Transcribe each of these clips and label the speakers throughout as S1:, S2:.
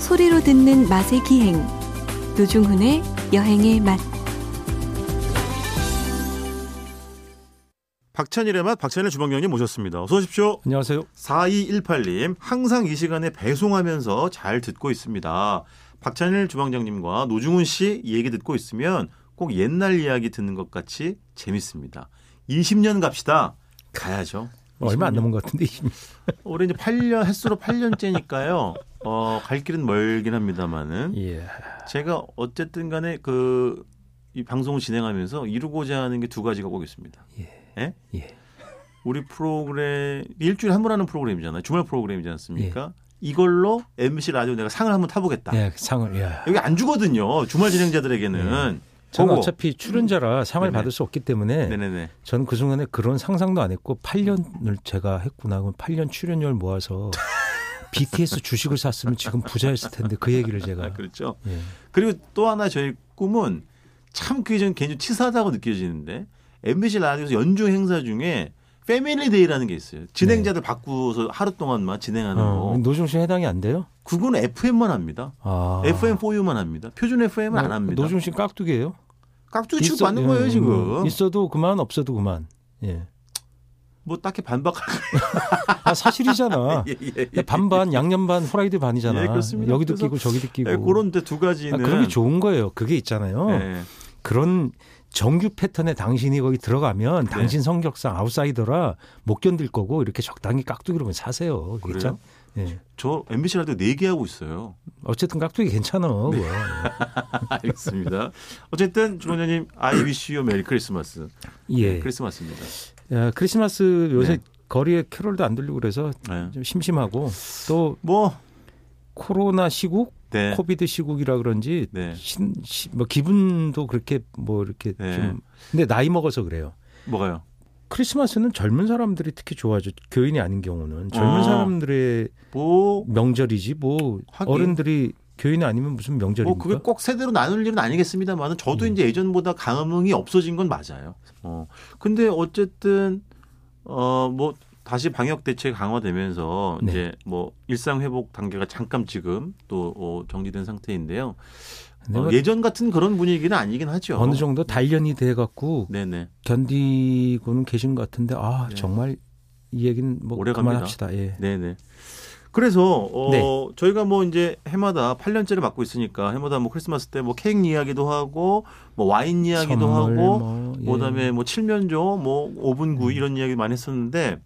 S1: 소리로 듣는 맛의 기행 노중훈의 여행의 맛
S2: 박찬일의 맛 박찬일 주방장님 모셨습니다. 어서 오십시오.
S3: 안녕하세요.
S2: 4218님 항상 이 시간에 배송하면서 잘 듣고 있습니다. 박찬일 주방장님과 노중훈 씨 얘기 듣고 있으면 꼭 옛날 이야기 듣는 것 같이 재밌습니다. 20년 갑시다. 가야죠.
S3: 얼마 안 남은 것 같은데.
S2: 올해 이제 8년 햇수로 8년째니까요. 어, 갈 길은 멀긴 합니다만은
S3: 예.
S2: 제가 어쨌든 간에 그 이 방송을 진행하면서 이루고자 하는 게 두 가지가 꼭 있습니다. 예?
S3: 예.
S2: 우리 프로그램 일주일에 한 번 하는 프로그램이잖아요. 주말 프로그램이지 않습니까? 이걸로 MC 라디오 내가 상을 한번 타보겠다.
S3: 예, 상을 예.
S2: 여기 안 주거든요. 주말 진행자들에게는.
S3: 저는
S2: 그거.
S3: 어차피 출연자라 상을
S2: 네네.
S3: 받을 수 없기 때문에
S2: 네네네.
S3: 저는 그 순간에 그런 상상도 안 했고 8년을 제가 했구나. 그럼 8년 출연료를 모아서 BTS 주식을 샀으면 지금 부자였을 텐데 그 얘기를
S2: 아,
S3: 제가
S2: 그렇죠.
S3: 예.
S2: 그리고 또 하나 저의 꿈은 참 그게 저는 개인적으로 치사하다고 느껴지는데 MBC 라디오에서 연중 행사 중에 패밀리 데이라는 게 있어요. 진행자들 바꾸어서 하루 동안만 진행하는
S3: 네.
S2: 뭐
S3: 어,
S2: 거.
S3: 노중 씨 해당이 안 돼요?
S2: 그건 FM만 합니다.
S3: 아. 네,
S2: FM4U만 합니다. 표준 FM은 안 합니다.
S3: 노중 씨 깍두기예요?
S2: 깍두기 취급
S3: 있어-
S2: 받는 거예요,
S3: 음,
S2: 지금.
S3: 있어도 그만 없어도 그만. 예.
S2: 뭐 딱히 반박할
S3: 아, 사실이잖아.
S2: 예, 예, 예.
S3: 근데 반반 양념 반 호랑이들 반이잖아.
S2: 예, 그렇습니다.
S3: 여기도
S2: 그래서-
S3: 끼고 저기도 끼고.
S2: 예, 그런 데두
S3: 아,
S2: 가지는
S3: 그런 게 좋은 거예요. 그게 있잖아요.
S2: 예.
S3: 그런 정규 패턴에 당신이 거기
S2: 네.
S3: 들어가면 당신 성격상 아웃사이더라 못 견딜 거고 이렇게 적당히 깍두기로만 사세요. 그게
S2: 그래요?
S3: 참- 예.
S2: 저 MBC 라디오 4개 하고 있어요.
S3: 어쨌든 깍두기 괜찮아. 그거.
S2: 네. 알겠습니다. 어쨌든 주원장님 I wish you 메리 크리스마스.
S3: 예.
S2: 크리스마스입니다.
S3: 야, 크리스마스 요새
S2: 네.
S3: 거리에 캐롤도 안 들리고 그래서
S2: 예.
S3: 좀 심심하고 또
S2: 뭐
S3: 코로나 시국,
S2: 네.
S3: 코비드 시국이라 그런지
S2: 네.
S3: 신, 시- 뭐 기분도 그렇게 뭐 이렇게
S2: 네.
S3: 좀 근데 나이 먹어서 그래요.
S2: 뭐가요?
S3: 크리스마스는 젊은 사람들이 특히 좋아하죠. 교인이 아닌 경우는 젊은
S2: 어.
S3: 사람들의
S2: 뭐,
S3: 명절이지 뭐
S2: 하긴.
S3: 어른들이 교인이 아니면 무슨
S2: 뭐
S3: 명절입니까? 음.
S2: 그게 꼭 세대로 나눌 일은 아니겠습니다만 저도 이제 예전보다 감흥이 없어진 건 맞아요. 어. 근데 어쨌든 어 뭐 다시 방역 대책 강화되면서
S3: 네.
S2: 이제 뭐 일상 회복 단계가 잠깐 지금 또 어, 정지된 상태인데요.
S3: 근데
S2: 어,
S3: 뭐
S2: 예전 같은 그런 분위기는 아니긴 하죠.
S3: 어느 정도 단련이 돼 갖고
S2: 네네.
S3: 견디고는 계신 것 같은데 아
S2: 네.
S3: 정말 이 얘기는 뭐
S2: 오래 갑니다.
S3: 그만합시다. 예.
S2: 네네. 그래서 어,
S3: 네.
S2: 저희가 뭐 이제 해마다 8년째를 맡고 있으니까 해마다 뭐 크리스마스 때 뭐 케이크 이야기도 하고 뭐 와인 이야기도
S3: 선물
S2: 하고
S3: 뭐, 예. 음.
S2: 그다음에 뭐 칠면조 뭐 오븐 구이 이런 이야기 많이 했었는데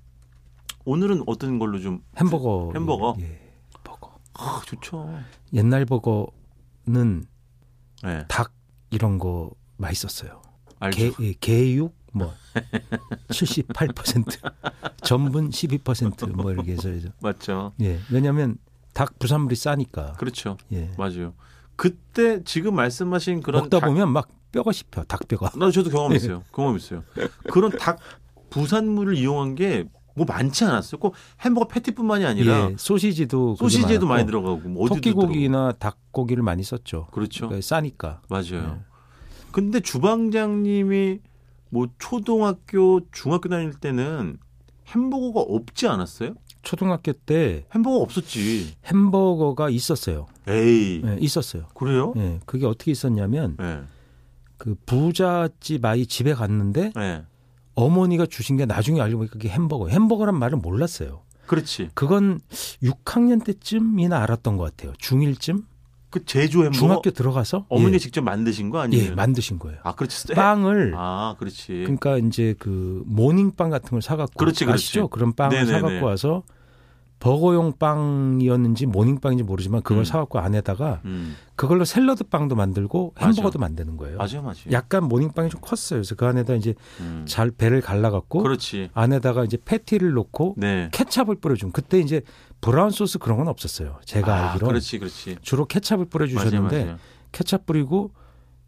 S2: 오늘은 어떤 걸로 좀
S3: 햄버거
S2: 햄버거.
S3: 예. 버거.
S2: 아, 좋죠.
S3: 옛날 버거는
S2: 네,
S3: 닭 이런 거 맛있었어요.
S2: 알죠.
S3: 개, 예, 개육 뭐 78%, 전분 12%뭐 이렇게 해서 이제.
S2: 맞죠.
S3: 예. 왜냐면 닭 부산물이 싸니까.
S2: 그렇죠.
S3: 예.
S2: 맞아요. 그때 지금 말씀하신 그런
S3: 먹다
S2: 닭-
S3: 보면 네. 막 뼈가 씹혀. 닭뼈가.
S2: 나도 저도 경험 있어요. 경험 있어요. 그런 닭 부산물을 이용한 게 뭐 많지 않았어요. 꼭 햄버거 패티뿐만이 아니라
S3: 예. 소시지도 그게
S2: 소시지에도 많이
S3: 많았고,
S2: 들어가고 뭐 어디도 들어가고.
S3: 토끼고기나 닭고기를 많이 썼죠.
S2: 그렇죠.
S3: 그러니까 싸니까.
S2: 맞아요.
S3: 네.
S2: 근데 주방장님이 뭐 초등학교, 중학교 다닐 때는 햄버거가 없지 않았어요?
S3: 초등학교 때
S2: 햄버거 없었지.
S3: 햄버거가 있었어요.
S2: 에이.
S3: 예, 있었어요.
S2: 그래요?
S3: 예. 그게 어떻게 있었냐면
S2: 예.
S3: 그 부잣집 아이 집에 갔는데
S2: 예.
S3: 어머니가 주신 게 나중에 알고 보니까 그게 햄버거. 햄버거란 말을 몰랐어요.
S2: 그렇지.
S3: 그건 6학년 때쯤이나 알았던 것 같아요. 중1쯤?
S2: 그 제주 햄버거
S3: 중학교 들어가서?
S2: 어머니
S3: 예.
S2: 가 직접 만드신 거 아니에요?
S3: 예, 만드신 거예요.
S2: 아, 그렇지.
S3: 빵을
S2: 아, 그렇지.
S3: 그러니까 이제 그 모닝빵 같은 걸 사갖고
S2: 그렇지, 그렇지.
S3: 아시죠? 그런 빵을
S2: 네네네.
S3: 사갖고 와서 버거용 빵이었는지 모닝빵인지 모르지만 그걸
S2: 음.
S3: 사갖고 안에다가
S2: 음.
S3: 그걸로 샐러드 빵도 만들고
S2: 맞아.
S3: 햄버거도 만드는 거예요.
S2: 맞아요, 맞아요.
S3: 약간 모닝빵이 좀 컸어요. 그래서 그 안에다 이제
S2: 음.
S3: 잘 배를 갈라갖고
S2: 그렇지.
S3: 안에다가 이제 패티를 넣고
S2: 네.
S3: 케찹을 뿌려준. 그때 이제 브라운 소스 그런 건 없었어요. 제가
S2: 아,
S3: 알기로 는
S2: 그렇지, 그렇지.
S3: 주로 케찹을 뿌려주셨는데
S2: 맞아요, 맞아요.
S3: 케찹 뿌리고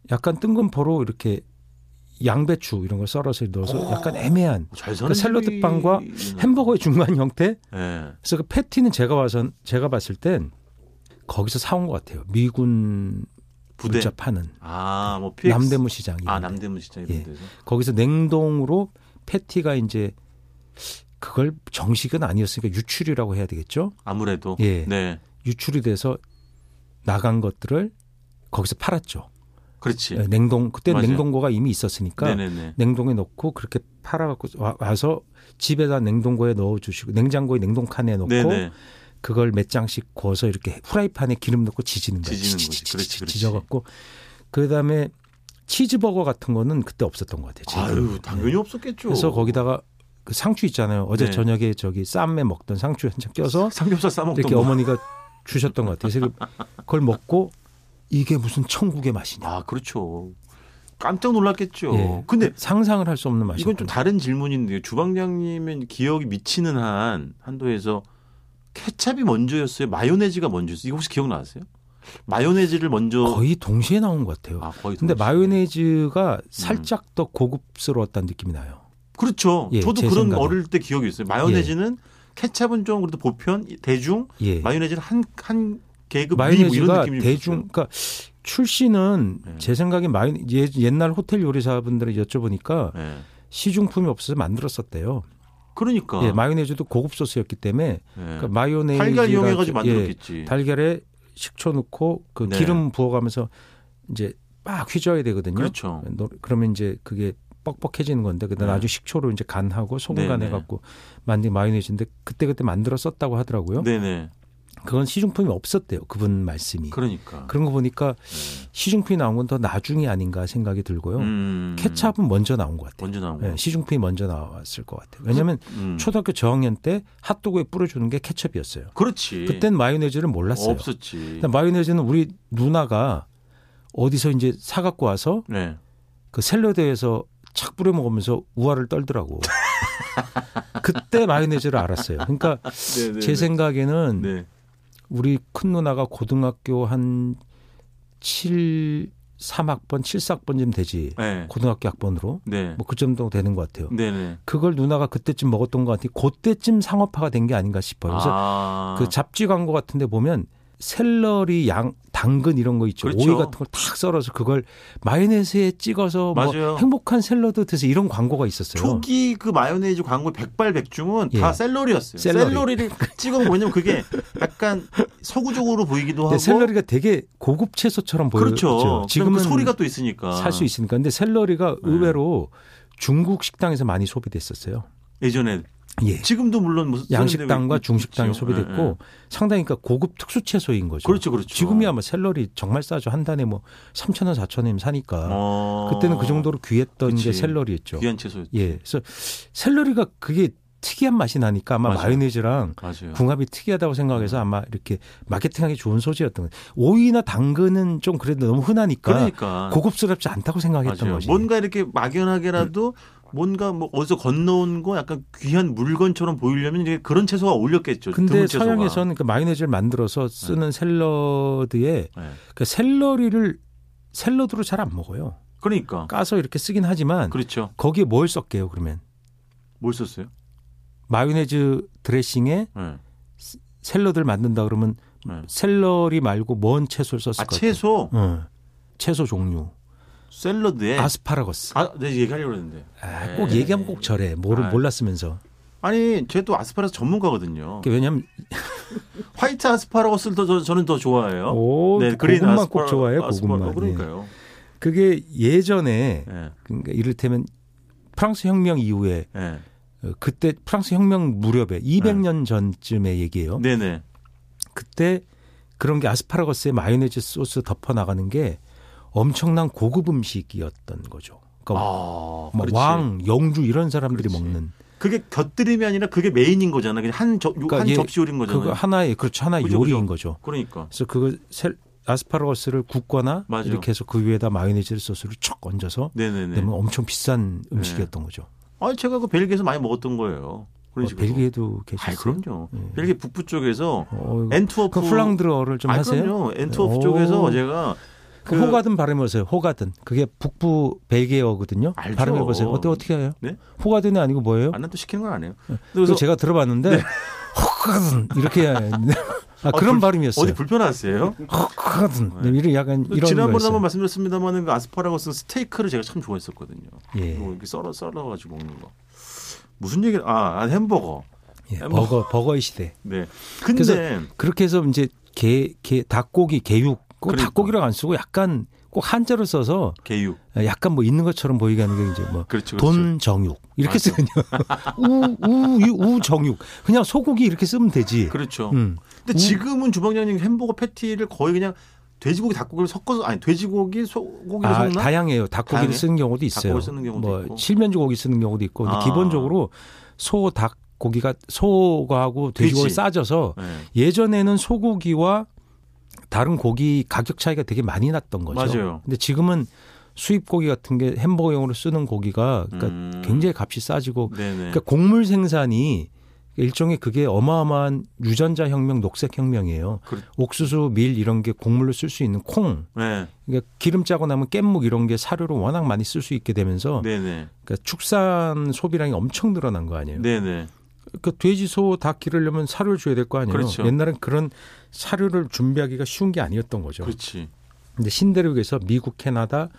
S3: 약간 뜬금포로 이렇게 양배추 이런 걸 썰어서 넣어서
S2: 오.
S3: 약간 애매한
S2: 잘
S3: 그
S2: 사는
S3: 샐러드 빵과
S2: 집이구나.
S3: 햄버거의 중간 형태.
S2: 예.
S3: 그래서 그 패티는 제가 와서 제가 봤을 땐 거기서 사온 것 같아요. 미군
S2: 부대.
S3: 문자 파는
S2: 아, 뭐 PX.
S3: 남대문 시장.
S2: 아,
S3: 이런데.
S2: 남대문 시장 이런
S3: 예.
S2: 데서.
S3: 거기서 냉동으로 패티가 이제 그걸 정식은 아니었으니까 유출이라고 해야 되겠죠.
S2: 아무래도.
S3: 예.
S2: 네.
S3: 유출이 돼서 나간 것들을 거기서 팔았죠.
S2: 그렇지.
S3: 예, 냉동 그때
S2: 맞아요.
S3: 냉동고가 이미 있었으니까
S2: 네네네.
S3: 냉동에 넣고 그렇게 팔아갖고 와- 와서 집에다 냉동고에 넣어주시고 냉장고에 냉동칸에 넣고
S2: 네네.
S3: 그걸 몇 장씩 구워서 이렇게 후라이팬에 기름 넣고 지지는 거예요.
S2: 지지는 거지.
S3: 지지지지지
S2: 그렇지, 그렇지.
S3: 지져갖고 그다음에 치즈버거 같은 거는 그때 없었던 것 같아요. 제주도는.
S2: 아유 당연히
S3: 네.
S2: 없었겠죠.
S3: 그래서 거기다가 그 상추 있잖아요. 어제
S2: 네.
S3: 저녁에 저기 쌈에 먹던 상추 한 장 껴서
S2: 삼겹살 싸먹던
S3: 이렇게
S2: 거.
S3: 어머니가 주셨던 것 같아요. 그래서 그걸 먹고 이게 무슨 천국의 맛이냐.
S2: 아 그렇죠. 깜짝 놀랐겠죠.
S3: 예.
S2: 근데
S3: 상상을 할 수 없는 맛이.
S2: 이건 좀 다른 질문인데요. 주방장님의 기억이 미치는 한 한도에서 케찹이 먼저였어요. 마요네즈가 먼저였어요. 이거 혹시 기억나세요? 마요네즈를 먼저
S3: 거의 동시에 나온 것 같아요.
S2: 아 음. 거의
S3: 근데
S2: 동시에.
S3: 마요네즈가 살짝 더 고급스러웠다는 느낌이 나요.
S2: 그렇죠.
S3: 예,
S2: 저도
S3: 제
S2: 그런
S3: 생각은.
S2: 어릴 때 기억이 있어요. 마요네즈는 케찹은 좀 그래도 보편 대중
S3: 예.
S2: 마요네즈는 한한 계급 위 뭐 이런
S3: 마요네즈가
S2: 느낌이
S3: 대중 그러니까 출시는
S2: 네.
S3: 제 생각에 마요 예- 옛날 호텔 요리사분들을 여쭤보니까
S2: 있었어요. 예.
S3: 시중품이 없어서 만들었었대요.
S2: 그러니까
S3: 예, 마요네즈도 고급 소스였기 때문에
S2: 예.
S3: 그러니까 마요네즈
S2: 달걀 이용해가지고 만들었겠지.
S3: 달걀에 식초 넣고 그
S2: 네.
S3: 기름 부어가면서 이제 막 휘저어야 되거든요.
S2: 그렇죠.
S3: 노- 그러면 이제 그게 뻑뻑해지는 건데 그다음 에
S2: 네.
S3: 아주 식초로 이제 간하고 소금
S2: 네, 네.
S3: 간해 갖고 만든 마요네즈인데 그때 그때 만들어 썼다고 하더라고요. 예.
S2: 네네.
S3: 그건 시중품이 없었대요. 그분 말씀이.
S2: 그러니까.
S3: 그런 거 보니까
S2: 예.
S3: 시중품이 나온 건 더 나중이 아닌가 생각이 들고요.
S2: 음.
S3: 케찹은 먼저 나온 것 같아요.
S2: 먼저 나온 거.
S3: 예, 시중품이 먼저 나왔을 것 같아요. 왜냐하면
S2: 음.
S3: 초등학교 저학년 때 핫도그에 뿌려주는 게 케첩이었어요.
S2: 그렇지.
S3: 그땐 마요네즈를 몰랐어요.
S2: 예. 없었지.
S3: 근데 마요네즈는 우리 누나가 어디서 이제 사갖고 와서
S2: 네.
S3: 그 샐러드에서 착 뿌려 먹으면서 우아를 떨더라고. 그때 마요네즈를 알았어요. 그러니까 제 생각에는
S2: 네.
S3: 우리 큰 누나가 고등학교 한 7, 3학번, 7학번쯤 되지.
S2: 네.
S3: 고등학교 학번으로.
S2: 네. 음.
S3: 뭐 그 정도 되는 것 같아요.
S2: 네네.
S3: 그걸 누나가 그때쯤 먹었던 것 같아요. 그때쯤 상업화가 된 게 아닌가 싶어요. 그래서
S2: 아.
S3: 그 잡지 광고 같은 데 보면 샐러리, 양, 당근 이런 거 있죠.
S2: 그렇죠.
S3: 오이 같은 걸 탁 썰어서 그걸 마요네즈에 찍어서
S2: 맞아요.
S3: 뭐 행복한 샐러드 드세요. 이런 광고가 있었어요.
S2: 초기 그 마요네즈 광고 백발백중은
S3: 예.
S2: 다 샐러리였어요.
S3: 샐러리.
S2: 샐러리. 를 찍어 뭐냐면 그게 약간 서구적으로 보이기도 하고
S3: 근데 네, 샐러리가 되게 고급 채소처럼 보여요.
S2: 그렇죠. 지금
S3: 뭐 지금은
S2: 그 소리가 또 있으니까
S3: 살 수 있으니까. 근데 샐러리가
S2: 네.
S3: 의외로 중국 식당에서 많이 소비됐었어요.
S2: 예전에
S3: 예.
S2: 지금도 물론 무슨
S3: 양식당과
S2: 샐러리인데
S3: 중식당에
S2: 그렇죠.
S3: 소비됐고
S2: 예, 예.
S3: 상당히 그러니까 고급 특수 채소인 거죠.
S2: 그렇죠, 그렇죠.
S3: 지금이야 뭐 샐러리 정말 싸죠. 한 단에 뭐 3천 원, 4천 원이면 사니까.
S2: 어.
S3: 그때는 그 정도로 귀했던
S2: 그치.
S3: 게 샐러리였죠.
S2: 귀한 채소였죠.
S3: 예. 그래서 샐러리가 그게 특이한 맛이 나니까 아마
S2: 맞아요. 예. 음.
S3: 마요네즈랑
S2: 맞아요.
S3: 궁합이 특이하다고 생각해서 아마 이렇게 마케팅하기 좋은 소재였던 거예요. 오이나 당근은 좀 그래도 너무 흔하니까
S2: 그러니까
S3: 고급스럽지 않다고 생각했던 네.
S2: 맞아요.
S3: 거지.
S2: 뭔가 이렇게 막연하게라도 뭔가 뭐 어디서 건너온 거 약간 귀한 물건처럼 보이려면 이제 그런 채소가 어울렸겠죠.
S3: 근데
S2: 드물 채소가.
S3: 서양에서는 그 마요네즈를 만들어서 쓰는 샐러드에
S2: 네.
S3: 그 샐러리를 샐러드로 잘 안 먹어요.
S2: 그러니까
S3: 까서 이렇게 쓰긴 하지만
S2: 그렇죠.
S3: 거기에 뭘 썼게요? 그러면
S2: 뭘 썼어요?
S3: 마요네즈 드레싱에
S2: 네.
S3: 샐러드를 만든다 그러면
S2: 네.
S3: 샐러리 말고 뭔 채소를 썼을
S2: 아
S3: 뭐 것
S2: 채소
S3: 같아요? 응. 채소 종류
S2: 샐러드에 아,
S3: 아스파라거스.
S2: 네, 얘기하려고 했는데
S3: 아, 꼭 얘기하면 꼭 저래. 모르
S2: 네. 아이.
S3: 몰랐으면서.
S2: 아니 제또 아스파라거스 전문가거든요.
S3: 그게 왜냐면
S2: 화이트 아스파라거스를 더 저- 저는 더 좋아해요. 네,
S3: 오, 고구마 꼭
S2: 어, 아스파라-
S3: 좋아해요.
S2: 아스파라- 어,
S3: 고구마. 예.
S2: 그러니까요.
S3: 그게 예전에
S2: 예.
S3: 그러니까 이를테면 프랑스 혁명 이후에
S2: 예.
S3: 어, 그때 프랑스 혁명 무렵에 200년 전쯤의 얘기예요.
S2: 네. 네네.
S3: 그때 그런 게 아스파라거스에 마요네즈 소스 덮어 나가는 게 엄청난 고급 음식이었던 거죠. 그러니까
S2: 아,
S3: 막
S2: 그렇지.
S3: 왕, 영주 이런 사람들이
S2: 그렇지.
S3: 먹는
S2: 그게 곁들임이 아니라 그게 메인인 거잖아. 그냥 한, 저,
S3: 그러니까
S2: 한
S3: 얘-
S2: 접시 요리인 거잖아요.
S3: 그거 하나의 그렇죠 하나 의
S2: 그죠, 그죠.
S3: 요리인 거죠.
S2: 그러니까.
S3: 그래서 그거 셀- 아스파라거스를 굽거나
S2: 맞아요.
S3: 이렇게 해서 그 위에다 마요네즈 소스를 촥 얹어서
S2: 네네네. 네.
S3: 내면 엄청 비싼 음식이었던 거죠.
S2: 아니 제가 그 벨기에서 많이 먹었던 거예요. 그런
S3: 어,
S2: 식으로.
S3: 벨기에도
S2: 아이,
S3: 계셨어요.
S2: 그럼요.
S3: 예.
S2: 벨기에 북부 쪽에서
S3: 어,
S2: 엔트워프
S3: 그 플랑드어를 좀
S2: 아이,
S3: 하세요? 네.
S2: 그럼요. 엔트워프
S3: 오.
S2: 쪽에서 제가
S3: 그
S2: 그-
S3: 호가든 발음해보세요. 호가든 그게 북부 벨기에어거든요.
S2: 알죠.
S3: 발음해보세요. 어떻게 어떻게 해요?
S2: 네?
S3: 호가든이 아니고 뭐예요?
S2: 안난 또 시키는 건 안 해요.
S3: 네. 그래서
S2: 그래서
S3: 제가 들어봤는데 호가든 이렇게 해야 했는데 아, 그런
S2: 불-
S3: 발음이었어요.
S2: 어디 불편하세요?
S3: 호가든
S2: 네.
S3: 이런 약간 이런
S2: 지난번에
S3: 거였어요.
S2: 한번 말씀드렸습니다만 그 아스파라거스 스테이크를 제가 참 좋아했었거든요. 뭐
S3: 예.
S2: 이거 이렇게 썰어 썰어 가지고 먹는 거. 무슨 얘기? 아, 아 햄버거.
S3: 예,
S2: 뭐-
S3: 버거 버거의 시대.
S2: 네. 근데
S3: 그래서 그렇게 해서 이제 게, 게 닭고기 개육 꼭
S2: 그러니까.
S3: 닭고기라고 안 쓰고 약간 꼭 한자로 써서
S2: 개육.
S3: 약간 뭐 있는 것처럼 보이게 하는 게 이제
S2: 그렇죠.
S3: 뭐
S2: 그렇죠.
S3: 돈 정육 이렇게
S2: 맞아.
S3: 쓰면 우우우 정육 그냥 소고기 이렇게 쓰면 되지.
S2: 그렇죠.
S3: 음.
S2: 근데 지금은 주방장님 햄버거 패티를 거의 그냥 돼지고기 닭고기를 섞어서 아니 돼지고기 소고기를
S3: 아,
S2: 섞나?
S3: 다양해요. 닭고기를
S2: 다양해?
S3: 쓰는 경우도 있어요.
S2: 닭고기를 쓰는 경우도
S3: 뭐
S2: 있고.
S3: 칠면조 고기 쓰는 경우도 있고. 근데
S2: 아.
S3: 기본적으로 소, 닭 고기가 소하고 돼지고기
S2: 돼지.
S3: 싸져서
S2: 네.
S3: 예전에는 소고기와 다른 고기 가격 차이가 되게 많이 났던 거죠.
S2: 맞아요.
S3: 근데 지금은 수입 고기 같은 게 햄버거용으로 쓰는 고기가 그러니까
S2: 음.
S3: 굉장히 값이 싸지고
S2: 네네.
S3: 그러니까 곡물 생산이 일종의 그게 어마어마한 유전자 혁명, 녹색 혁명이에요.
S2: 그렇-
S3: 옥수수, 밀 이런 게 곡물로 쓸 수 있는 콩,
S2: 네.
S3: 그러니까 기름 짜고 남은 깻묵 이런 게 사료로 워낙 많이 쓸 수 있게 되면서
S2: 네네.
S3: 그러니까 축산 소비량이 엄청 늘어난 거 아니에요.
S2: 네네.
S3: 그러니까 돼지, 소 다 기르려면 사료를 줘야 될 거 아니에요.
S2: 그렇죠.
S3: 옛날엔 그런 사료를 준비하기가 쉬운 게 아니었던 거죠.
S2: 그렇지.
S3: 근데 신대륙에서 미국, 캐나다,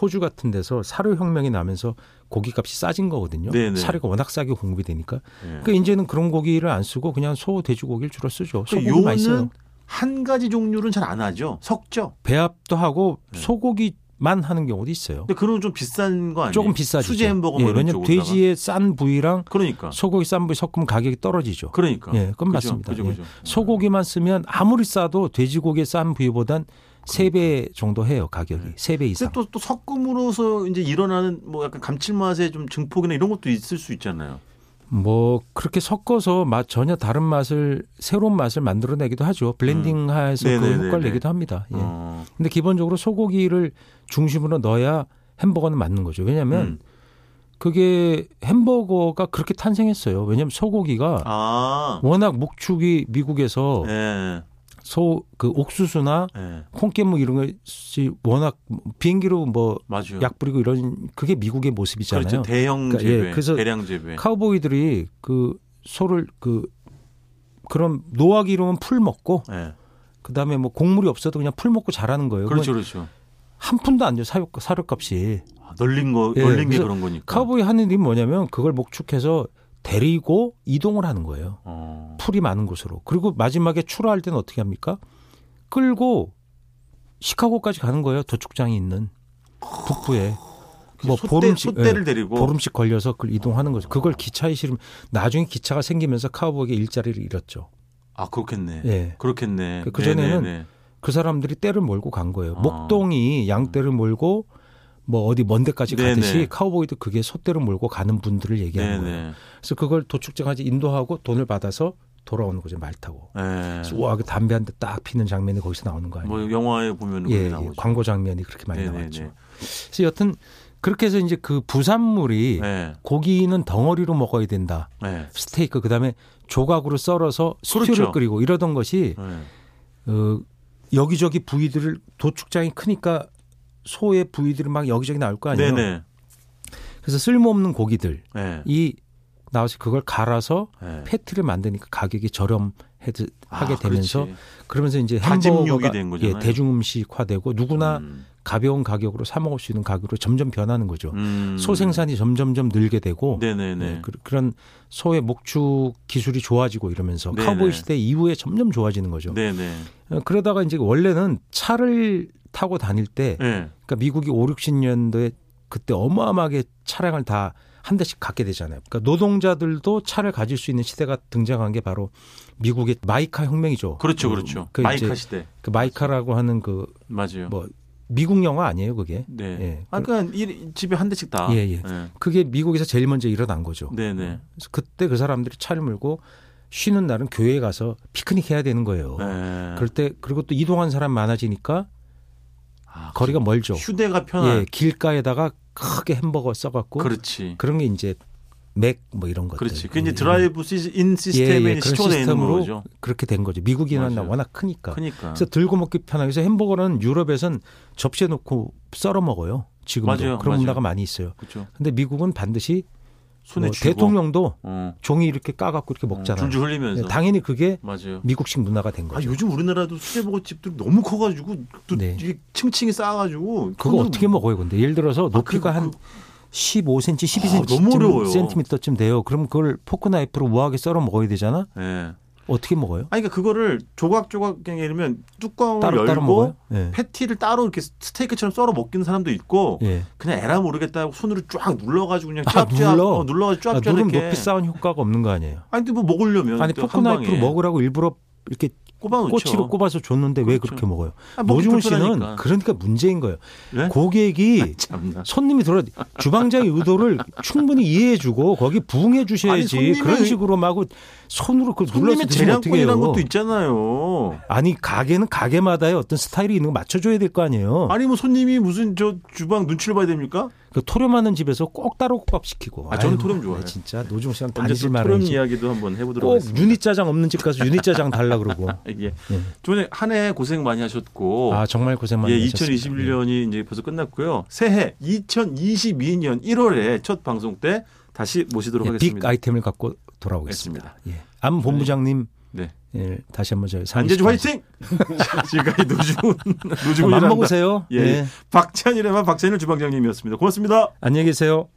S3: 호주 같은 데서 사료 혁명이 나면서 고기값이 싸진 거거든요.
S2: 네네.
S3: 사료가 워낙 싸게 공급이 되니까.
S2: 네.
S3: 그러니까 이제는 그런 고기를 안 쓰고 그냥 소, 돼지고기를 주로 쓰죠. 소고기
S2: 그 그러니까 요는
S3: 많이 써요.
S2: 한 가지 종류는 잘 안 하죠. 섞죠.
S3: 배합도 하고
S2: 네.
S3: 소고기만 하는 경우도 있어요.
S2: 근데 그런 좀 비싼 거 아니에요?
S3: 조금 비싸죠.
S2: 수제 햄버거 뭐
S3: 예,
S2: 이런
S3: 왜냐면
S2: 쪽으로.
S3: 돼지의 싼 부위랑
S2: 그러니까.
S3: 소고기 싼 부위 섞으면 가격이 떨어지죠.
S2: 그러니까.
S3: 예,
S2: 그죠?
S3: 그건 맞습니다.
S2: 그죠,
S3: 예.
S2: 그죠.
S3: 소고기만 쓰면 아무리 싸도 돼지고기 의싼 부위보단 세 배 정도 해요 가격이
S2: 네.
S3: 세 배 이상.
S2: 근데 또, 또 섞음으로서 이제 일어나는 뭐 약간 감칠맛의 좀 증폭이나 이런 것도 있을 수 있잖아요.
S3: 뭐 그렇게 섞어서 맛 전혀 다른 맛을 새로운 맛을 만들어내기도 하죠. 블렌딩해서 그
S2: 음. 네네네네.
S3: 효과를 내기도 합니다. 예.
S2: 어,
S3: 근데 기본적으로 소고기를 중심으로 넣어야 햄버거는 맞는 거죠. 왜냐하면
S2: 음.
S3: 그게 햄버거가 그렇게 탄생했어요. 왜냐하면 소고기가
S2: 아.
S3: 워낙 목축이 미국에서
S2: 예.
S3: 소 그 옥수수나
S2: 예.
S3: 콩깻묵 이런 것이 워낙 비행기로 뭐 약
S2: 맞아요.
S3: 뿌리고 이런 그게 미국의 모습이잖아요.
S2: 예. 그렇죠. 네. 대형
S3: 그러니까
S2: 재배,
S3: 예, 그래서
S2: 대량 재배.
S3: 카우보이들이 그 소를 그 그런 노악 이름은 풀 먹고
S2: 예.
S3: 그다음에 뭐 곡물이 없어도 그냥 풀 먹고 자라는 거예요.
S2: 그렇죠, 그렇죠.
S3: 그건 한 푼도 안 줘요. 사료 사료값이.
S2: 아, 널린 거,
S3: 예,
S2: 널린 게
S3: 그래서
S2: 그런 거니까.
S3: 카우보이 하는 일이 뭐냐면 그걸 목축해서 데리고 이동을 하는 거예요.
S2: 어.
S3: 풀이 많은 곳으로. 그리고 마지막에 출하할 때는 어떻게 합니까? 끌고 시카고까지 가는 거예요. 도축장이 있는 북부에. 뭐
S2: 소떼,
S3: 보름씩 예,
S2: 소떼를 데리고
S3: 보름씩 걸려서 그걸 이동하는 거죠. 그걸 기차에 실으면 나중에 기차가 생기면서 카우보이가 일자리를 잃었죠.
S2: 아 그렇겠네.
S3: 예.
S2: 그렇겠네.
S3: 그- 그전에는
S2: 네네네.
S3: 그 사람들이 떼를 몰고 간 거예요.
S2: 아.
S3: 목동이 양떼를 몰고 뭐 어디 먼 데까지 가듯이
S2: 네네.
S3: 카우보이도 그게 소떼를 몰고 가는 분들을 얘기하는 거예요.
S2: 네네.
S3: 그래서 그걸 도축장까지 인도하고 돈을 받아서 돌아오는 거죠. 말 타고.
S2: 예.
S3: 그래서 와, 그 담배 한 대 딱 피는 장면이 거기서 나오는 거 아니에요?
S2: 뭐 영화에 보면
S3: 예,
S2: 예,
S3: 예,
S2: 나오죠.
S3: 광고 장면이 그렇게 많이
S2: 네네네.
S3: 나왔죠. 그래서 여튼 그렇게 해서 이제 그 부산물이
S2: 예.
S3: 고기는 덩어리로 먹어야 된다.
S2: 예.
S3: 스테이크 그다음에 조각으로 썰어서 스튜를
S2: 그렇죠.
S3: 끓이고 이러던 것이
S2: 예.
S3: 어, 여기저기 부위들을 도축장이 크니까 소의 부위들이 막 여기저기 나올 거 아니에요.
S2: 네네.
S3: 그래서 쓸모없는 고기들이
S2: 예.
S3: 나와서 그걸 갈아서
S2: 예.
S3: 패티를 만드니까 가격이 저렴하게
S2: 아,
S3: 되면서
S2: 그렇지.
S3: 그러면서 이제
S2: 다짐육이
S3: 햄버거가
S2: 된 거잖아요.
S3: 예, 대중음식화되고 누구나
S2: 음.
S3: 가벼운 가격으로 사 먹을 수 있는 가격으로 점점 변하는 거죠.
S2: 음.
S3: 소 생산이 점점점 늘게 되고
S2: 네네네.
S3: 예, 그, 런 소의 목축 기술이 좋아지고 이러면서
S2: 네네.
S3: 카우보이 시대 이후에 점점 좋아지는 거죠.
S2: 네네.
S3: 어, 그러다가 이제 원래는 차를 타고 다닐 때
S2: 예.
S3: 그러니까 미국이 5, 60년도에 그때 어마어마하게 차량을 다 한 대씩 갖게 되잖아요. 그러니까 노동자들도 차를 가질 수 있는 시대가 등장한 게 바로 미국의 마이카 혁명이죠.
S2: 그렇죠, 그렇죠.
S3: 그
S2: 마이카
S3: 이제
S2: 시대.
S3: 그 마이카라고 하는 그 뭐
S2: 맞아요.
S3: 미국 영화 아니에요, 그게?
S2: 네.
S3: 예.
S2: 아, 그러니까 일- 집에 한 대씩 다.
S3: 예, 예. 그게 미국에서 제일 먼저 일어난 거죠.
S2: 네네.
S3: 그래서 그때 그 사람들이 차를 몰고 쉬는 날은 교회에 가서 피크닉 해야 되는 거예요.
S2: 예.
S3: 뭐 그럴 때 그리고 또 이동한 사람 많아지니까
S2: 아,
S3: 거리가 멀죠.
S2: 휴대가 편한.
S3: 예, 길가에다가 크게 햄버거 써갖고
S2: 그렇지.
S3: 그런 게 이제 맥 뭐 이런 것들.
S2: 그렇지. 그
S3: 예,
S2: 이제 드라이브 시스- 인 시스템에
S3: 그런
S2: 시초되어 있는
S3: 시스템으로
S2: 거죠.
S3: 그렇게 된 거죠. 미국이나
S2: 맞아요.
S3: 워낙 크니까.
S2: 그러니까.
S3: 그래서 들고 먹기 편하게 해서 햄버거는 유럽에선 접시에 놓고 썰어 먹어요. 지금도
S2: 맞아요,
S3: 그런
S2: 맞아요.
S3: 문화가 많이 있어요.
S2: 그렇죠.
S3: 근데 미국은 반드시
S2: 손에
S3: 뭐
S2: 쥐고.
S3: 대통령도
S2: 어.
S3: 종이 이렇게 까갖고 이렇게 먹잖아요.
S2: 줄줄 흘리면서.
S3: 네, 당연히 그게
S2: 맞아요.
S3: 미국식 문화가 된
S2: 음, 아
S3: 거죠.
S2: 요즘 우리나라도 수제버거집들 너무 커가지고 또
S3: 네.
S2: 이게 층층이 쌓아가지고
S3: 그거 어떻게 먹어요, 근데? 예를 들어서 높이가
S2: 뭐- 그-
S3: 한
S2: 그- 아,
S3: 15cm,
S2: 너무 어려워요.
S3: 12cm 쯤 돼요. 그럼 그걸 포크 나이프로 우아하게 썰어 먹어야 되잖아.
S2: 예.
S3: 어떻게 먹어요?
S2: 아니, 그러니까 그거를 조각조각 그냥 예를 들면 뚜껑을
S3: 따로
S2: 열고
S3: 따로 먹어요? 예.
S2: 패티를 따로 이렇게 스테이크처럼 썰어 먹기는 사람도 있고
S3: 예.
S2: 그냥 에라 모르겠다 하고 손으로 쫙 눌러가지고 그냥
S3: 아,
S2: 쫙쫙
S3: 눌러?
S2: 어, 눌러가지고
S3: 아,
S2: 쫙쫙
S3: 누름
S2: 이렇게
S3: 높이 쌓은 효과가 없는 거 아니에요?
S2: 아니 근데 뭐 먹으려면
S3: 아니
S2: 또한
S3: 포크 나이프로
S2: 방에
S3: 먹으라고 일부러 이렇게
S2: 꼽아 놓죠.
S3: 꼬치로 꼽아서 줬는데 왜
S2: 그렇죠.
S3: 그렇게 먹어요?
S2: 아, 먹기
S3: 노중훈 씨는
S2: 불편하니까.
S3: 그러니까 문제인 거예요.
S2: 네?
S3: 고객이
S2: 참나.
S3: 손님이 들어 주방장의 의도를 충분히 이해해주고 거기 부응해
S2: 아니,
S3: 주셔야지
S2: 손님의
S3: 그런
S2: 의-
S3: 식으로 막 손으로 그 눌러서
S2: 손님의
S3: 드시면 어떻게 해요?
S2: 재량권이라는 것도 있잖아요.
S3: 아니 가게는 가게마다의 어떤 스타일이 있는 거 맞춰줘야 될 거 아니에요.
S2: 아니 뭐 손님이 무슨 저 주방 눈치를 봐야 됩니까?
S3: 그 토렴하는 집에서 꼭 따로 국밥 시키고.
S2: 아, 저는
S3: 아이고,
S2: 토렴 좋아해요.
S3: 진짜 노중 씨랑
S2: 언제
S3: 다니질
S2: 또 토론
S3: 말아야지.
S2: 이야기도 한번 해보도록
S3: 꼭
S2: 하겠습니다.
S3: 유니 짜장 없는 집 가서 유니 짜장 달라 그러고.
S2: 예.
S3: 예.
S2: 조원님 한해 고생 많이 하셨고
S3: 아 정말 고생 많이
S2: 예,
S3: 하셨습니다.
S2: 2021년이 이제 벌써 끝났고요. 새해 2022년 1월에 첫 방송 때 다시 모시도록
S3: 예, 빅
S2: 하겠습니다.
S3: 아이템을 갖고 돌아오겠습니다. 예. 안 본부장님
S2: 네.
S3: 예, 다시 한번 저희
S2: 안재주
S3: 상의시켜주세요.
S2: 화이팅! 지금까지 노중훈, 노중훈이랍니다.
S3: 맘 아, 먹으세요.
S2: 예.
S3: 예.
S2: 박찬일의 만 박찬일 주방장님이었습니다. 고맙습니다.
S3: 안녕히 계세요.